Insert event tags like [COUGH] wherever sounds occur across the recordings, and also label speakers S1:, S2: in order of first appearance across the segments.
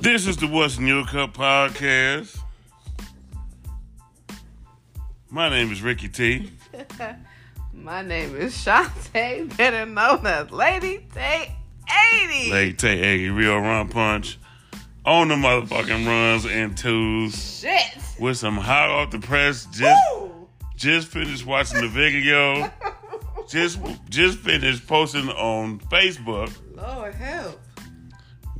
S1: This is the What's in Your Cup podcast. My name is Ricky T.
S2: My name is Shantae, better known as Lady Tay 80.
S1: Lady Tay Aggie, real run punch. On the motherfucking runs and twos
S2: Shit.
S1: with some hot off the press. Just
S2: Woo! [LAUGHS]
S1: just finished watching the video. Just just finished posting on Facebook.
S2: Lord help.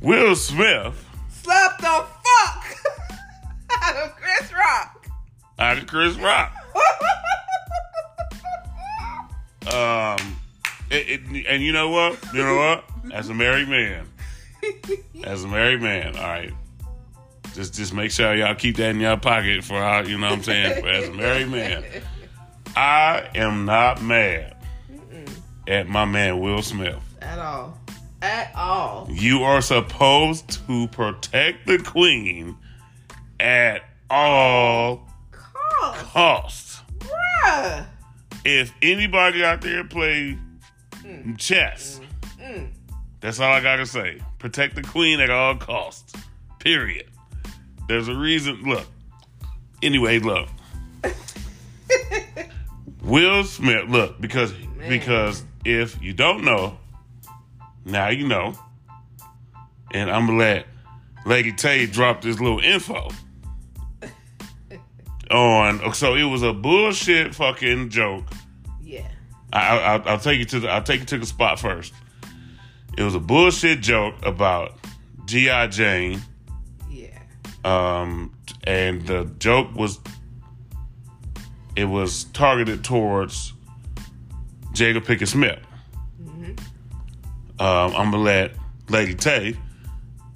S1: Will Smith
S2: Slap the fuck [LAUGHS] out of Chris Rock. [LAUGHS]
S1: out of Chris Rock. Um, it, it, and you know what? You know what? As a married man, as a married man, all right. Just just make sure y'all keep that in y'all pocket for how you know what I'm saying. For as a married man, I am not mad at my man Will Smith.
S2: At all. At all.
S1: You are supposed to protect the queen at all
S2: Cause,
S1: costs.
S2: bruh.
S1: if anybody out there play chess, that's all I gotta say. Protect the queen at all costs. Period. There's a reason. Look. Anyway, look. Will Smith. Look, because
S2: Man.
S1: because if you don't know, now you know. And I'm gonna let Lady Tay drop this little info on. So it was a bullshit fucking joke
S2: Yeah.
S1: I, I, I'll- I'll take you to the I'll take you to the spot first. It was a bullshit joke about GI Jane,
S2: Yeah. [LAUGHS]
S1: um, and the joke was it was targeted towards Jacob Pickett Smith. Um, I'm gonna let Lady Tay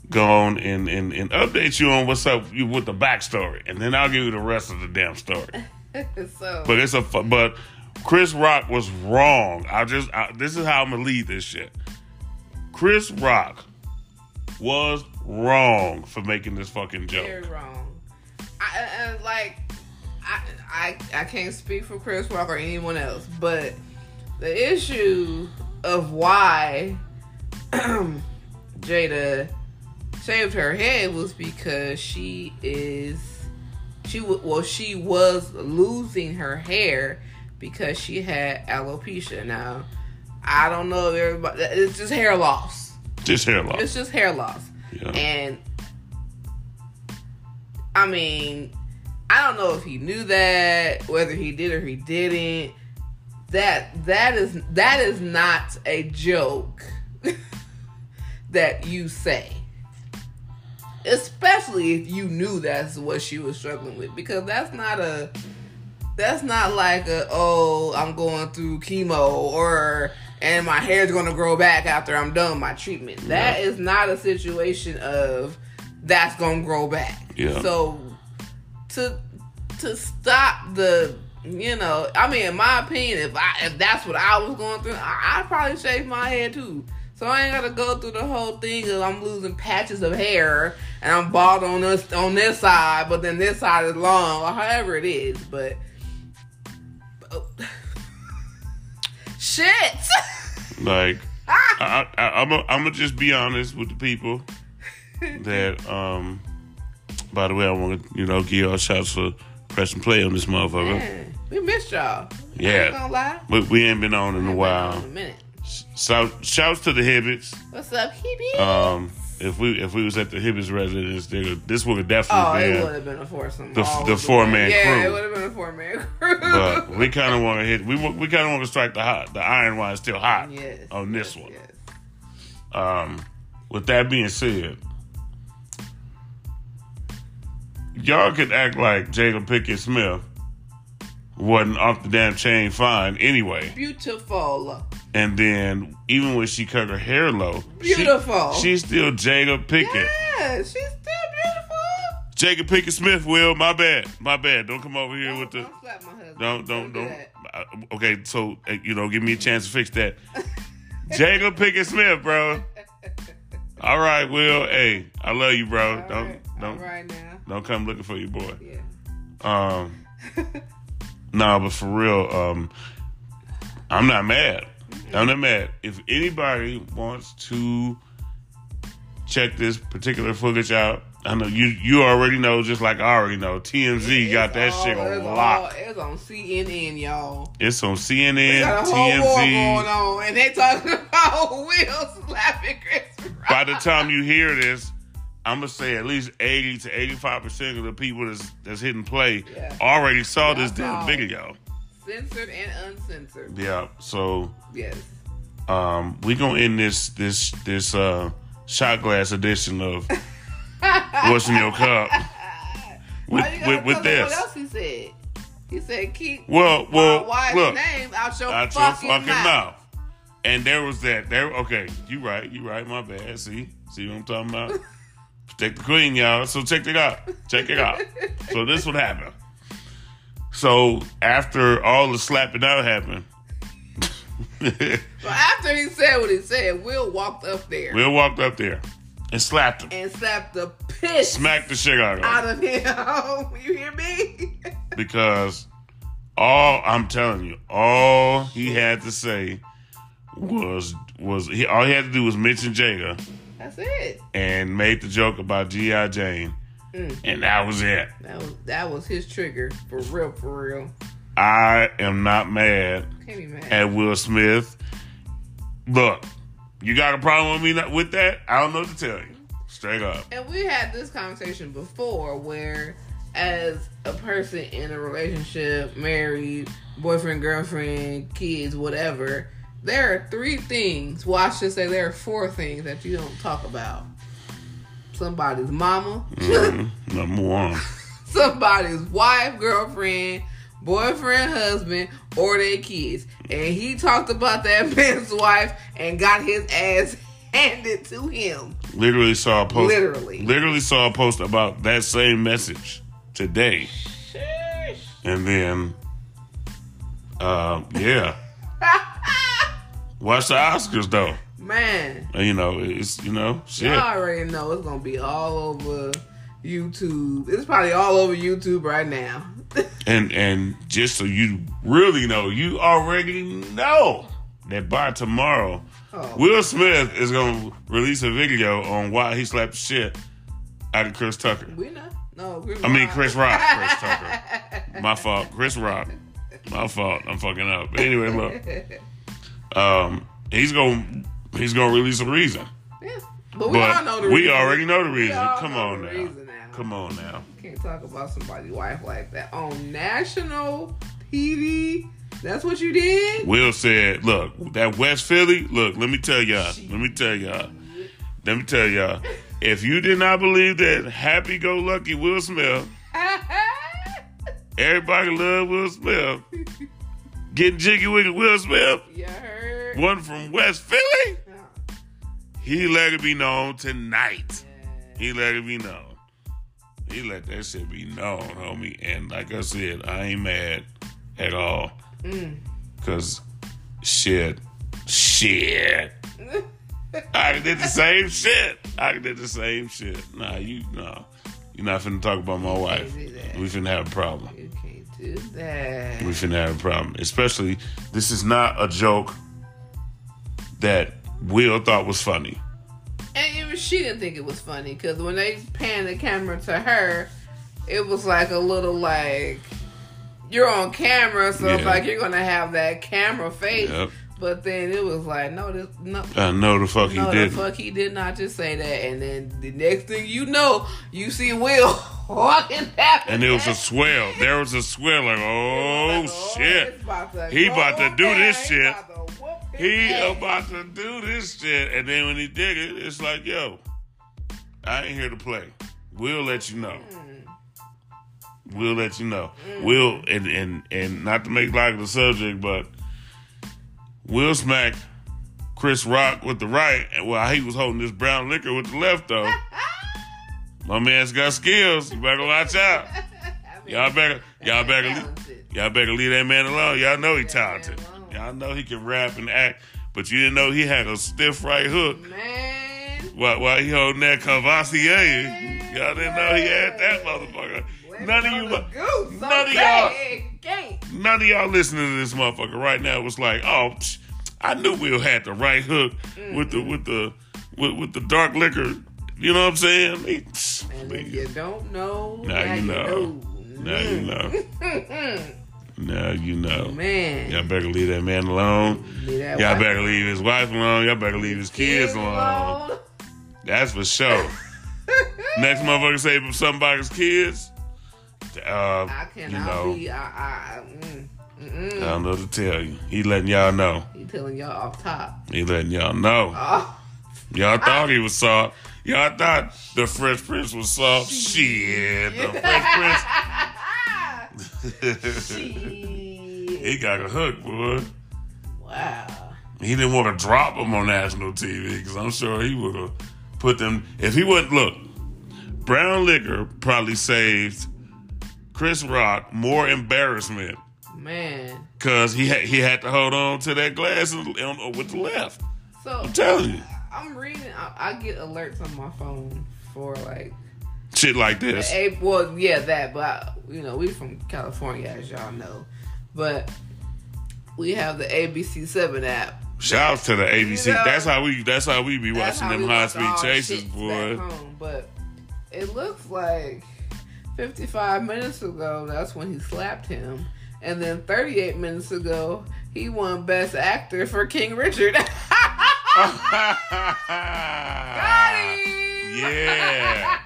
S1: go on and, and, and update you on what's up you- with the backstory, and then I'll give you the rest of the damn story.
S2: so,
S1: But it's a fu- but Chris Rock was wrong. I just I, this is how I'm gonna lead this shit. Chris Rock was wrong for making this fucking
S2: very
S1: joke.
S2: wrong. I, I- I- like, I, I I can't speak for Chris Rock or anyone else, but the issue of why [CLEARS THROAT] Jada shaved her head was because she is she wa- well she was losing her hair because she had alopecia. Now I don't know if everybody it's just hair loss.
S1: Just hair loss.
S2: It's just hair loss.
S1: Yeah.
S2: And I mean, I don't know if he knew that, whether he did or he didn't. That that is that is not a joke that you say. Especially if you knew that's what she was struggling with because that's not a that's not like a oh I'm going through chemo or and my hair's gonna grow back after I'm done my treatment. That is not a situation of that's gonna grow back.
S1: Yeah.
S2: So to to stop the you know I mean in my opinion if I if that's what I was going through I, I'd probably shave my head too. So I ain't gotta go through the whole thing of I'm losing patches of hair and I'm bald on this on this side, but then this side is long or however it is. But [LAUGHS] Oh. Shit!
S1: like I, I, I, I'm i I'm gonna just be honest with the people that um. By the way, I want to you know give y'all shouts for pressing play on this motherfucker.
S2: Man, [LAUGHS] we missed y'all. I ain't
S1: Yeah,
S2: gonna lie.
S1: but we ain't been on in a
S2: In a
S1: while.
S2: minute.
S1: So shouts to the Hibbits.
S2: What's up, Hebe?
S1: Um, if we if we was at the Hibbs residence, they, would- this would have
S2: oh,
S1: definitely
S2: it
S1: been.
S2: would have been a foursome.
S1: the-
S2: all
S1: the
S2: with
S1: four-man
S2: Yeah,
S1: crew.
S2: it would have been a four man [LAUGHS] crew.
S1: But we kind of want to hit. We wa- we kind of want to strike the hot. The iron while it's still hot
S2: yes.
S1: on this
S2: yes,
S1: one.
S2: yes.
S1: Um, with that being said, y'all could act like Jada Pickett Smith wasn't off the damn chain fine anyway.
S2: Beautiful.
S1: And then even when she cut her hair low, she-
S2: Beautiful.
S1: she's still Jada Pickett.
S2: Yeah, she's still beautiful.
S1: Jacob Pickett Smith will. My bad. My bad. Don't come over here with the.
S2: Don't slap my husband.
S1: Don't don't
S2: do
S1: don't.
S2: that.
S1: Uh, Okay, so uh, you know, give me a chance to fix that. [LAUGHS] Jacob Pickett Smith, bro. All right, Will. Hey, I love you, bro.
S2: All
S1: [LAUGHS] don't
S2: right,
S1: don't
S2: all right now.
S1: don't come looking for your boy.
S2: Yeah.
S1: Um, [LAUGHS] nah, but for real, um, I'm not mad. I'm not mad. If anybody wants to check this particular footage out. I know you you already know, just like I already know. TMZ got that
S2: all-
S1: shit on
S2: it's
S1: lock.
S2: all- It's on CNN, y'all.
S1: It's on
S2: They
S1: CNN,
S2: got a whole war going
S1: TMZ.
S2: on, and they talking [LAUGHS] about Will slapping Chris Rock.
S1: By the time you hear this, I'm gonna say at least 80 to 85 percent of the people that's that's hitting play
S2: Yeah.
S1: already saw
S2: Yeah, I
S1: this damn
S2: saw it.
S1: video.
S2: censored and uncensored.
S1: Yeah, so
S2: Yes.
S1: um, we gonna end this this this uh, shot glass edition
S2: [LAUGHS]
S1: of what's in your cup with
S2: Why you gotta
S1: with, with
S2: tell
S1: this.
S2: us What else he said? He said keep
S1: Well,
S2: my
S1: well,
S2: wife's
S1: look.
S2: name out
S1: [LAUGHS]
S2: your
S1: out
S2: fucking,
S1: your fucking mouth.
S2: mouth.
S1: And there was that. There, okay, you right, you right. My bad. See, see what I'm talking
S2: [LAUGHS]
S1: about. Protect the queen, y'all. So check it out. Check it out. so this would happen. So after all the slapping out happened, [LAUGHS]
S2: So after he said what he said, Will walked up there
S1: Will walked up there and slapped him,
S2: and slapped the piss
S1: smacked the shit out of him.
S2: out of him. [LAUGHS] you hear me?
S1: because all I'm telling you, all he had to say was was he all he had to do was mention Jada
S2: That's it.
S1: and made the joke about G.I. Jane,
S2: Mm.
S1: and that was it.
S2: That was that was his trigger for real, for real.
S1: I am not mad
S2: Can't be mad.
S1: at Will Smith. Look, you got a problem with me not- with that? I don't know what to tell you. Straight up.
S2: And we had this conversation before where, as a person in a relationship, married, boyfriend, girlfriend, kids, whatever, there are three things, well, I should say there are four things that you don't talk about somebody's mama,
S1: Mhm. Number one.
S2: [LAUGHS] somebody's wife, girlfriend, boyfriend, husband, or their kids. And he talked about that [LAUGHS] man's wife and got his ass [LAUGHS] handed to him.
S1: Literally saw a post.
S2: Literally.
S1: Literally saw a post about that same message today. And then, uh,
S2: [LAUGHS]
S1: yeah. Watch the Oscars though.
S2: Man.
S1: You know, it's you know, shit.
S2: I already know it's gonna be all over YouTube. It's probably all over YouTube right now. [LAUGHS]
S1: And and just so you really know, you already know that by tomorrow,
S2: Oh.
S1: Will Smith is gonna release a video on why he slapped the shit out of Chris Tucker.
S2: we know. No, Chris
S1: I mean
S2: Rock. [LAUGHS]
S1: Chris Rock. Chris Tucker. My fault. Chris Rock. My fault. I'm fucking up. But anyway, look. Um he's gonna he's gonna release a reason.
S2: Yeah. But we all
S1: But
S2: know the
S1: we
S2: reason.
S1: already know the
S2: We
S1: reason.
S2: all
S1: Come
S2: know
S1: on
S2: the
S1: now.
S2: reason now.
S1: Come on now.
S2: Can't talk about somebody's wife like that on national TV. That's what you did.
S1: Will said, "Look, that West Philly. Look, let me tell y'all. Let me tell y'all. Let me tell y'all. If you did not believe that Happy Go Lucky Will Smith, everybody love Will Smith, getting jiggy with Will Smith,
S2: [LAUGHS] you heard.
S1: one from West Philly,
S2: Oh,
S1: he let it be known tonight.
S2: yeah.
S1: He let it be known. He let that shit be known, homie. And like I said, I ain't mad at all.
S2: Mm.
S1: Cause shit, shit." I did the same shit. I did the same shit. Nah, you no. You're not finna talk about my wife.
S2: do that.
S1: We finna have a problem.
S2: [LAUGHS] you can't do that.
S1: We finna have a problem. Especially this is not a joke that Will thought was funny.
S2: And even she didn't think it was funny because when they panned the camera to her, it was like a little like you're on camera, so it's
S1: Yeah.
S2: like you're gonna have that camera face.
S1: Yep.
S2: But then it was like, no, this no.
S1: I know the fuck
S2: No,
S1: he
S2: the
S1: did.
S2: fuck he did not just say that. And then the next thing you know, you see Will [LAUGHS] walking that.
S1: And it was a swell. There was a swell
S2: [LAUGHS]
S1: like, oh shit. He
S2: He
S1: about to do this shit. He
S2: [LAUGHS] about.
S1: about to do this shit. And then when he did it, it's like, yo, I ain't here to play. We'll let you know. We'll let you know. Will and and and not to make light of the subject, but Will smacked Chris Rock with the right and while he was holding this brown liquor with the left though. My man's got skills. You better watch out. Y'all better y'all better Y'all better leave that man alone. Y'all know he talented.
S2: alone.
S1: Y'all know he can rap and act, but you didn't know he had a stiff right hook
S2: Man.
S1: while, while he holding that Cavassier. Y'all didn't know he had that motherfucker. None of you, mu-
S2: Goose,
S1: none of
S2: I'm
S1: y'all-
S2: saying, gang.
S1: none of y'all listening to this motherfucker right now was like, oh, psh, I knew Will had the right hook with the with the with, with the dark liquor You know what I'm saying? I mean,
S2: And
S1: man,
S2: if you don't know, Mm.
S1: Now you know. now you know.
S2: [LAUGHS]
S1: Now you know.
S2: Man.
S1: Y'all better leave that man alone.
S2: Leave that
S1: Y'all
S2: white
S1: better leave his wife alone. Y'all better leave his kids
S2: kid
S1: alone.
S2: alone.
S1: That's for sure. Next motherfucker say something about his kids. Uh,
S2: I
S1: you
S2: cannot
S1: know,
S2: be. I, I, I- mm,
S1: I
S2: mm, mm.
S1: don't know what to tell you. He letting y'all know.
S2: He telling y'all off top.
S1: He letting y'all know.
S2: Oh,
S1: [LAUGHS] Y'all thought he was soft. Y'all thought the Fresh Prince was soft. Shit, the Fresh [LAUGHS] Prince.
S2: Shit.
S1: he got a hook, boy.
S2: Wow.
S1: He didn't want to drop him on national TV because I'm sure he would have put them. If he would look, Brown Liquor probably saved Chris Rock more embarrassment
S2: Man.
S1: because he had, he had to hold on to that glass and- and- with the left.
S2: So
S1: I'm telling you,
S2: I'm reading. I, I get alerts on my phone for like
S1: shit like this.
S2: Hey, well, yeah, that. But you know, we from California, as y'all know. But we have the ABC Seven app.
S1: Shouts to the ABC.
S2: You know,
S1: that's how we. That's how we be
S2: That's
S1: watching
S2: how
S1: them
S2: we
S1: high
S2: watch
S1: speed
S2: all
S1: chases,
S2: shits back
S1: boy.
S2: home, But it looks like 55 minutes ago, that's when he slapped him. And then 38 minutes ago, he won Best Actor for King Richard. [LAUGHS]
S1: [LAUGHS] Ah,
S2: Got him! [LAUGHS]
S1: yeah.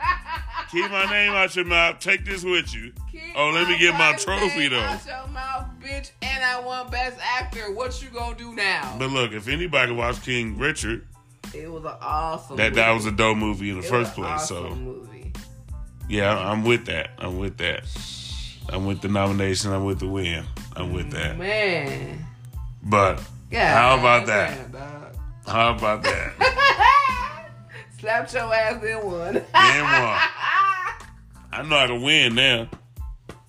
S1: Keep my name out your mouth. Take this with you.
S2: Keep
S1: Oh, let me get my
S2: wife's
S1: trophy,
S2: name
S1: though.
S2: Out your mouth, bitch, and I won Best Actor. What you gonna do now?
S1: But look, if anybody watched King Richard,
S2: It was an awesome.
S1: that that was a dope movie in the
S2: It was
S1: first
S2: an
S1: place.
S2: awesome
S1: So
S2: movie.
S1: yeah, I- I'm with that. I'm with that. I'm with the nomination. I'm with the win. I'm with that.
S2: Man, Mm-hmm.
S1: But
S2: yeah.
S1: How about
S2: damn, dog.
S1: how about that?
S2: [LAUGHS] Slapped your ass in [LAUGHS] one.
S1: Then what? I know how to win now.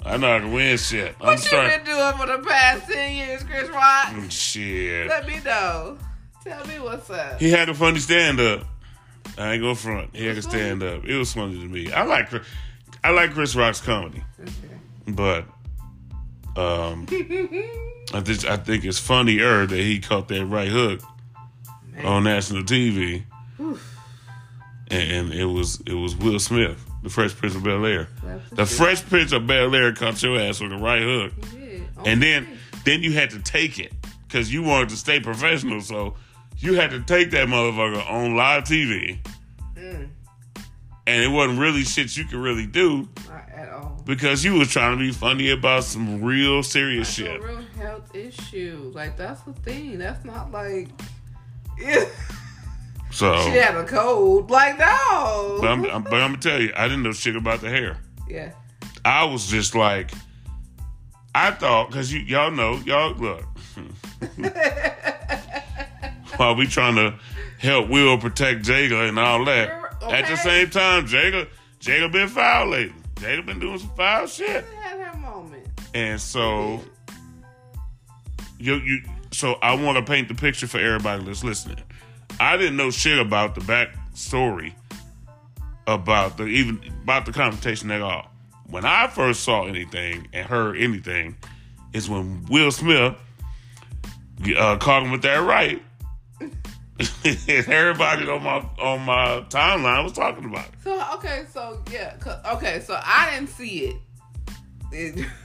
S1: I know how to win shit. I'm
S2: what you
S1: starting.
S2: been doing for the past ten years, Chris Rock?
S1: Mm. Shit.
S2: Let me know. Tell me what's up.
S1: He had a funny stand up. I ain't go front. He had a stand up. It was funny to me. I like Chris- I like Chris Rock's comedy, but um, I think I think it's funnier that he caught that right hook
S2: Man.
S1: on national TV, and, and it was it was Will Smith, the Fresh Prince of Bel Air. The Fresh Prince of Bel Air caught your ass with a right hook,
S2: Oh,
S1: and then then you had to take it because you wanted to stay professional, so you had to take that motherfucker on live TV,
S2: Mm,
S1: and it wasn't really shit you could really do
S2: not at all.
S1: because you was trying to be funny about some real serious
S2: That's
S1: shit.
S2: a real health issue. Like that's the thing. That's not like. [LAUGHS] Yeah.
S1: So.
S2: She had a cold. Like no.
S1: Oh. But I'm, I'm- but I'm gonna tell you, I didn't know shit about the hair.
S2: yeah.
S1: I was just like, I thought, cause you y'all know y'all look. While we trying to help Will protect Jada and all that, at the
S2: Okay.
S1: same time, Jada Jada been foul lately. Jada been doing some foul shit,
S2: She had her moment.
S1: and so you you. So I want to paint the picture for everybody that's listening. I didn't know shit about the back story about the even about the confrontation at all. When I first saw anything and heard anything, is when Will Smith uh, caught him with that right. [LAUGHS] and everybody on my on my timeline was talking about it.
S2: So okay, so yeah, 'cause- okay, so I didn't see it. It- [LAUGHS]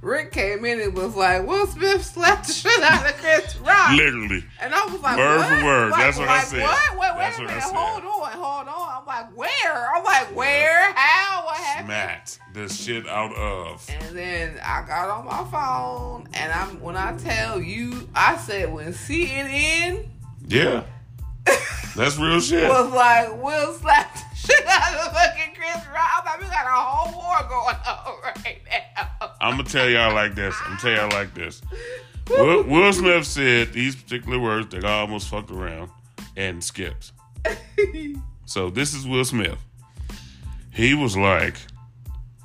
S2: Rick came in and was like, "Will Smith slapped the shit out of Chris Rock,"
S1: Literally,
S2: and I was like,
S1: Word
S2: what?
S1: for word,
S2: Like-
S1: that's what I
S2: like,
S1: said.
S2: What? Wait, wait
S1: That's
S2: a
S1: what I
S2: minute.
S1: said.
S2: Hold on, hold on. I'm like, where? I'm like, where? How? What happened?
S1: smacked the shit out of.
S2: And then I got on my phone, and I'm when I tell you, I said when CNN
S1: Yeah, that's real shit.
S2: was like, Will slapped the shit out of fucking Chris Rock. I'm like, we got a whole war going on [LAUGHS] right now.
S1: I'm gonna tell y'all like this. I'm gonna tell y'all like this. Will, Will Smith said these particular words that I almost fucked around and skipped. So this is Will Smith. He was like,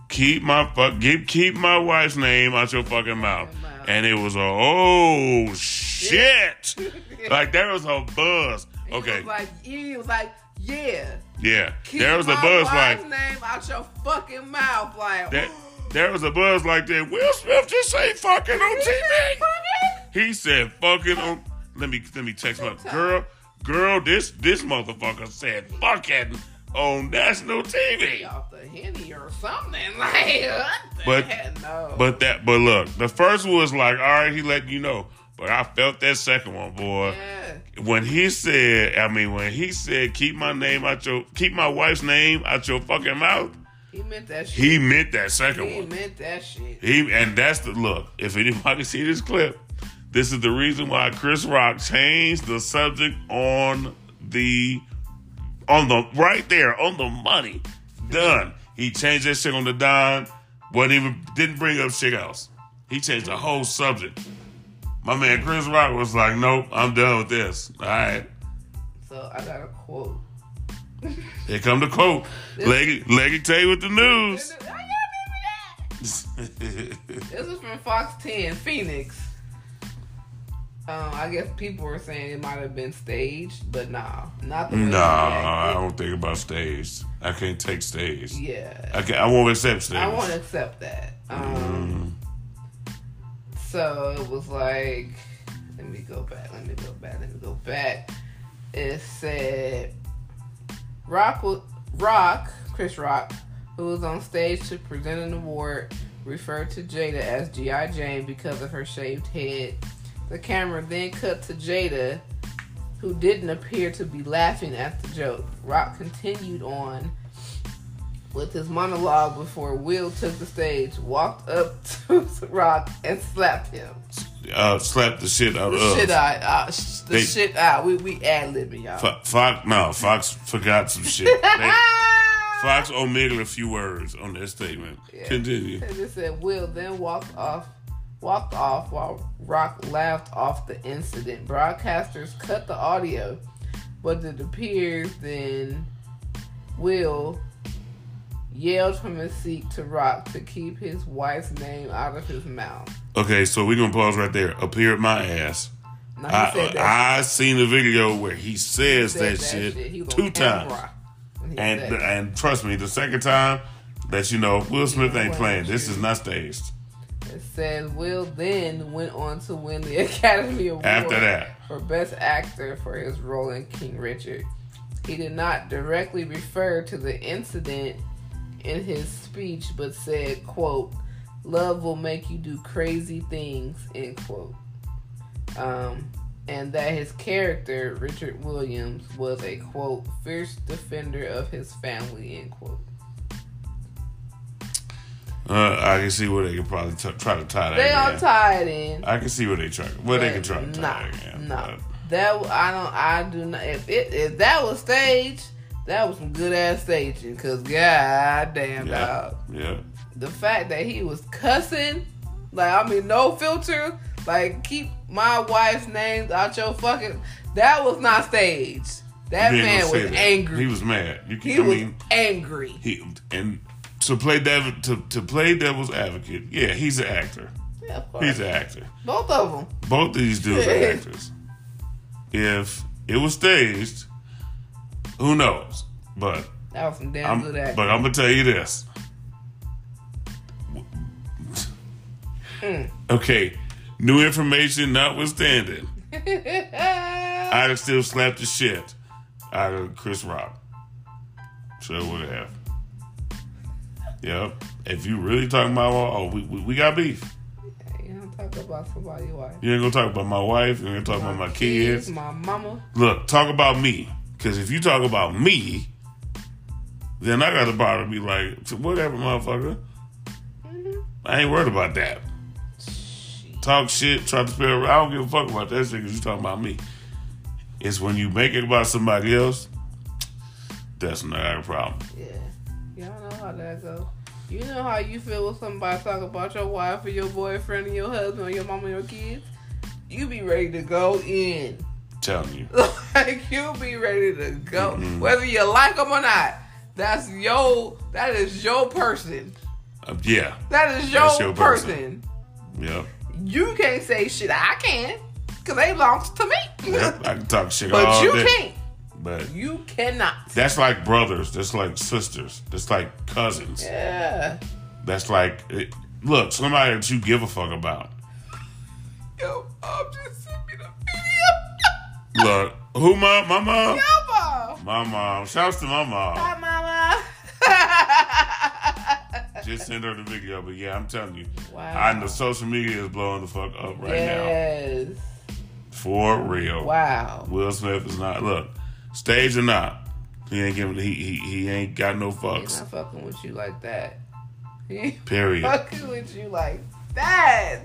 S1: "Keep my fuck, keep, keep my wife's name out your fucking mouth," and it was a oh shit, like there was a buzz.
S2: He
S1: Okay,
S2: was like, he was like, yeah.
S1: yeah,
S2: keep
S1: there was a
S2: my
S1: buzz like
S2: wife's name out your fucking mouth, like. [GASPS]
S1: that. There was a buzz like that. Will Smith just ain't fucking on TV.
S2: [LAUGHS]
S1: He said um, fucking on let me let me text my girl girl this this motherfucker said fucking on national TV.
S2: off the henny or something. [LAUGHS] Like, what the
S1: But-
S2: heck? No.
S1: But that, but look, the first one was like, all right, he let you know. But I felt that second one, boy.
S2: yeah.
S1: When he said, I mean, when he said, keep my name out your, keep my wife's name out your fucking mouth.
S2: He meant that shit.
S1: He meant that second
S2: He
S1: one.
S2: meant that shit.
S1: He and that's the look. If anybody [LAUGHS] see this clip, this is the reason why Chris Rock changed the subject on the on the right there on the money. Done. He changed that shit on the dime. Wasn't even didn't bring up shit else. He changed the whole subject. My man Chris Rock was like, "Nope, I'm done with this." All right,
S2: So I got a quote.
S1: here come the quote. Leggy, Leggy, tell you with the
S2: This
S1: news. [LAUGHS]
S2: is- I got it. This is from Fox 10, Phoenix. Um, I guess people were saying it might have been staged, but nah, not the way
S1: Nah, I
S2: he acted.
S1: don't think about stage. I can't take stage.
S2: Yeah,
S1: I can't, I won't accept stage.
S2: I won't accept that. Um, so it was like, let me go back, let me go back, let me go back. It said Rock, wa- Rock, Chris Rock, who was on stage to present an award, referred to Jada as G.I. Jane because of her shaved head. The camera then cut to Jada, who didn't appear to be laughing at the joke. Rock continued on with his monologue before Will took the stage, walked up [LAUGHS] to Rock, and slapped him.
S1: Uh, slap the shit out
S2: The
S1: of.
S2: shit out, uh, sh- the
S1: They-
S2: shit out. We we ad libbing [LAUGHS] y'all.
S1: Fo- Fox, no, Fox forgot some
S2: [LAUGHS]
S1: shit. They,
S2: Ah!
S1: Fox omitted a few words on that statement.
S2: Yeah.
S1: Continue.
S2: And it said Will then walked off walked off while Rock laughed off the incident. Broadcasters cut the audio, but it appears then Will yelled from his seat to Rock to keep his wife's name out of his mouth.
S1: Okay, so we're gonna pause right there. Appeared my ass.
S2: Now he
S1: I, uh,
S2: said that,
S1: I seen the video where he
S2: he
S1: says
S2: said
S1: that, shit,
S2: He was
S1: two
S2: on camera
S1: times,
S2: when he
S1: and
S2: said that.
S1: and trust me, the second time that you know Will Smith ain't
S2: Well,
S1: playing. This
S2: shoot.
S1: is not staged.
S2: It says Will then went on to win the Academy Award
S1: After that.
S2: for Best Actor for his role in King Richard. He did not directly refer to the incident in his speech, but said, "quote Love will make you do crazy things." End quote. Um, and that his character Richard Williams was a quote fierce defender of his family. End quote.
S1: Uh, I can see where they could probably t- try to tie that.
S2: They all
S1: in.
S2: tie it in.
S1: I can see where they try. Where Uh, they
S2: But
S1: can try to tie it
S2: Nah,
S1: in.
S2: nah. That w- I don't. I do not. If it if that was staged, that was some good ass staging. Cause god damn
S1: Yeah.
S2: dog,
S1: Yeah.
S2: the fact that he was cussing, like I mean, no filter. Like keep my wife's names out your fucking. That was not staged. That
S1: You ain't
S2: man
S1: gonna
S2: was
S1: say that. He
S2: angry.
S1: was mad. You can,
S2: He
S1: I
S2: was
S1: mean,
S2: angry.
S1: he and to play devil to, to play devil's advocate. Yeah, he's an actor.
S2: Yeah, of course.
S1: He's an actor.
S2: Both of them.
S1: Both of these dudes are actors. If it was staged, who knows? But
S2: That was some damn
S1: I'm
S2: good [LAUGHS] acting.
S1: but I'm gonna tell you this.
S2: Hmm.
S1: Okay, new information notwithstanding. I'd have still slapped the shit out of Chris Rock. Sure would have. Yep. If you really talking about, oh, we, we, we got beef.
S2: you don't talk about somebody's wife.
S1: You ain't gonna talk about my wife. You ain't gonna talk about my kids.
S2: My mama.
S1: Look, talk about me. Because if you talk about me, then I got to bother be like, whatever, motherfucker.
S2: Mm-hmm.
S1: I ain't worried about that. Talk shit, try to spell. I don't give a fuck about that shit because you talking about me. It's when you make it about somebody else, that's not a problem.
S2: Yeah. Y'all know how that go. You know how you feel when somebody talk about your wife or your boyfriend or your husband or your mom or your kids? You be ready to go in. [LAUGHS]
S1: telling you.
S2: Like you be ready to go.
S1: Mm-hmm.
S2: Whether you like them or not. That's your that is your person.
S1: Uh, yeah.
S2: That is your,
S1: That's your person.
S2: person.
S1: Yep.
S2: You can't say shit I can. Cause they belongs to me.
S1: Yep. I can talk shit
S2: [LAUGHS] but
S1: all
S2: you
S1: day.
S2: can't.
S1: But
S2: You cannot.
S1: that's like brothers. That's like sisters. That's like cousins.
S2: Yeah.
S1: That's like, it, look, somebody that you give a fuck about.
S2: Yo, mom just sent me the video. [LAUGHS]
S1: Look, who mom? My mom?
S2: Yo, mom.
S1: My mom. Shouts to my mom.
S2: Bye, mom. [LAUGHS]
S1: Just send her the video. But yeah, I'm telling you,
S2: Wow.
S1: I know social media is blowing the fuck up right now.
S2: yes.
S1: For real.
S2: Wow.
S1: Will Smith is not look, stage or not, he ain't giving he he, he ain't got no
S2: He's
S1: fucks.
S2: not fucking with you like that. [LAUGHS] He ain't
S1: Period.
S2: fucking with you like that.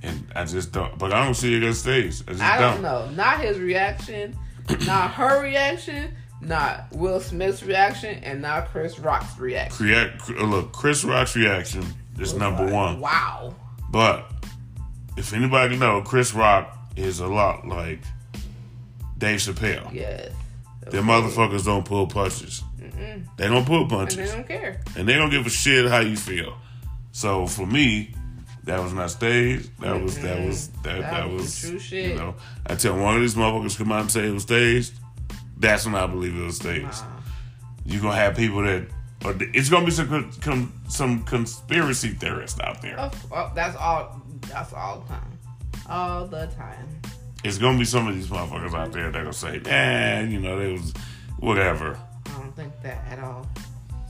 S1: And I just don't but I don't see it on stage. I just
S2: I don't
S1: don't.
S2: know. Not his reaction, not her reaction, not Will Smith's reaction, and not Chris Rock's reaction.
S1: React, look, Chris Rock's reaction is number one.
S2: Wow.
S1: But if anybody know, Chris Rock is a lot like Dave Chappelle.
S2: Yes.
S1: Them motherfuckers don't pull punches. They don't pull
S2: And they
S1: punches.
S2: don't care.
S1: and they don't give a shit how you feel. So for me, that was not staged. That was that was that that,
S2: That was
S1: was
S2: the true shit.
S1: You know, I tell one of these motherfuckers come out and say it was staged. That's when I believe it was staged. You're gonna have people that, or it's gonna be some con- com, some conspiracy theorists out there.
S2: Oh, oh, that's all. That's all the time. All the time.
S1: It's gonna be some of these motherfuckers out there that gonna say, man, you know, they was whatever,
S2: I don't think that at all.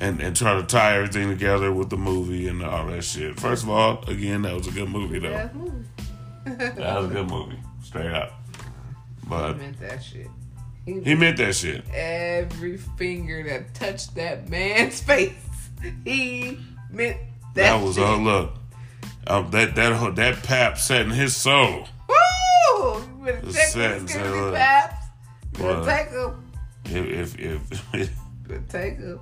S1: and and try to tie everything together with the movie and all that shit. First of all, again, that was a good movie though.
S2: That's movie.
S1: That was a good movie, straight up.
S2: I
S1: But
S2: [LAUGHS] meant that shit.
S1: he meant that shit.
S2: Every finger that touched that man's [LAUGHS] face, he meant that.
S1: That was
S2: shit.
S1: all. Look, um, that that that pap sat in his soul.
S2: Woo! You better
S1: The
S2: take them,
S1: sentence,
S2: Scooby
S1: uh,
S2: Paps. You
S1: what?
S2: better take them.
S1: If if if,
S2: better take them.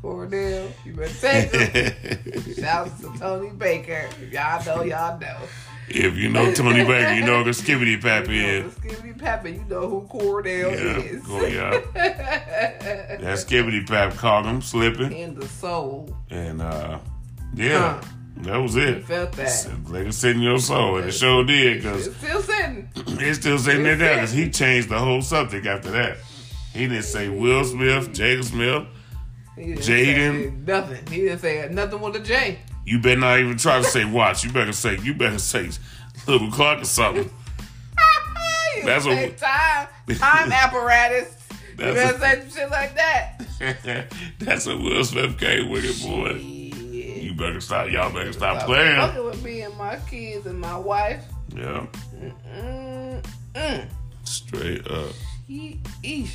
S2: Cordell, you better
S1: [LAUGHS]
S2: take them. Shouts to Tony Baker. Y'all know, y'all know.
S1: if you know Tony Baker, you know who Skibbity
S2: [LAUGHS]
S1: Pap
S2: You know
S1: is.
S2: the Scooby Pap, and you know who Cordell
S1: Yeah,
S2: is.
S1: cool, yeah. That Skibbity Pap caught him slipping,
S2: [LAUGHS] In the soul.
S1: and uh, yeah, that was
S2: You
S1: it.
S2: felt that.
S1: Like it's in your soul, and it sure did, cause
S2: It's still sitting.
S1: It's still sitting there down because he changed the whole subject after that. He didn't say Will Smith, Jacob Smith.
S2: He didn't
S1: Jaden.
S2: say Nothing. He didn't say nothing with a J. [LAUGHS]
S1: You better not even try to say watch. You better say you better say little Clark or
S2: [LAUGHS]
S1: something. [LAUGHS]
S2: You
S1: That's
S2: say
S1: what-
S2: time.
S1: [LAUGHS]
S2: Time apparatus. you
S1: That's
S2: better
S1: what-
S2: say some shit like that.
S1: That's what Will Smith came with it, boy.
S2: Yeah.
S1: You better stop. Y'all better stop
S2: Stop
S1: playing.
S2: Fucking with me and my kids and my wife.
S1: Yeah,
S2: Mm-mm.
S1: straight up.
S2: He- eesh.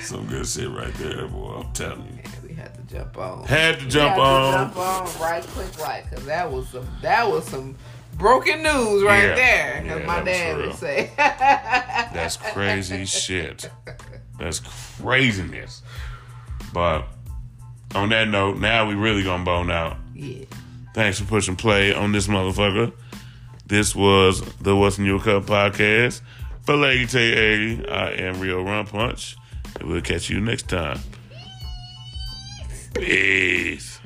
S1: Some good shit right there, boy. I'm telling you.
S2: [LAUGHS] we had to jump on.
S1: Had to jump
S2: We had to Jump
S1: on.
S2: on right quick, right? Cause that was some that was some broken news right
S1: Yeah.
S2: there. Cause
S1: Yeah,
S2: my
S1: that was
S2: dad
S1: for real.
S2: would say. [LAUGHS]
S1: That's crazy shit. That's craziness. But on that note, now we really gonna bone out.
S2: yeah.
S1: Thanks for pushing play on this motherfucker. This was the What's in Your Cup podcast. For Lady Tay 80, I am Rio Run Punch. And we'll catch you next time. Peace.